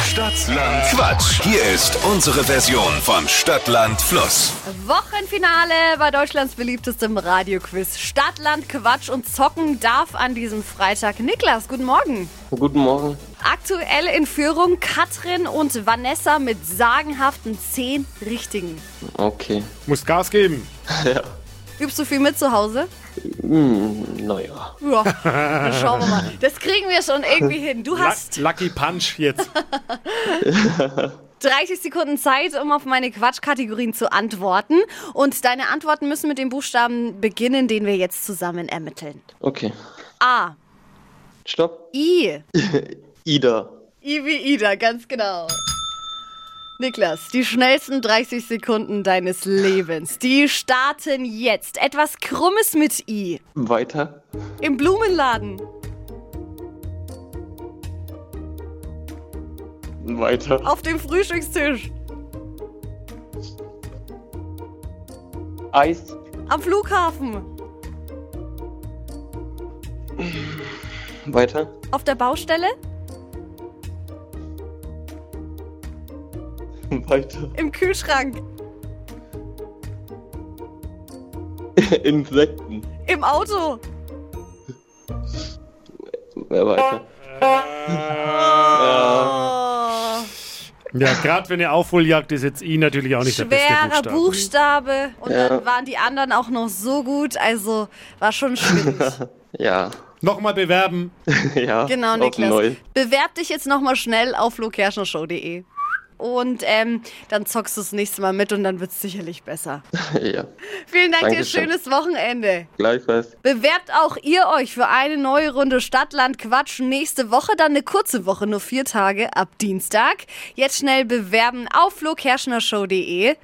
Stadtland Quatsch. Hier ist unsere Version von Stadtland Fluss. Wochenfinale bei Deutschlands beliebtestem Radioquiz. Stadtland, Quatsch und Zocken darf an diesem Freitag. Niklas, guten Morgen. Guten Morgen. Aktuell in Führung Katrin und Vanessa mit sagenhaften zehn richtigen. Okay. Muss Gas geben. Übst du viel mit zu Hause? Naja. Ja, dann schauen wir mal. Das kriegen wir schon irgendwie hin. Du Lu- hast Lucky Punch jetzt. 30 Sekunden Zeit, um auf meine Quatschkategorien zu antworten. Und deine Antworten müssen mit dem Buchstaben beginnen, den wir jetzt zusammen ermitteln. Okay. A. Stopp. I. Ida. I wie Ida, ganz genau. Niklas, die schnellsten 30 Sekunden deines Lebens, die starten jetzt. Etwas Krummes mit I. Weiter. Im Blumenladen. Weiter. Auf dem Frühstückstisch. Eis. Am Flughafen. Weiter. Auf der Baustelle. Weiter. Im Kühlschrank. Insekten. Im Auto. Ja, weiter. Oh, Ja, gerade wenn er Aufholjagd ist, jetzt I natürlich auch nicht der schwerer beste Buchstabe. Buchstabe. Und Ja. dann waren die anderen auch noch so gut. Also war schon schwierig. Ja. Nochmal bewerben. ja. Genau, auf Niklas. Neu. Bewerb dich jetzt nochmal schnell auf lokerschnershow.de. Und ähm, dann zockst du das nächste Mal mit und dann wird es sicherlich besser. Ja. Vielen Dank Dankeschön. dir, schönes Wochenende. Gleichfalls. Bewerbt auch ihr euch für eine neue Runde Stadtland Quatsch nächste Woche, dann eine kurze Woche, nur vier Tage ab Dienstag. Jetzt schnell bewerben auf lokerschnershow.de.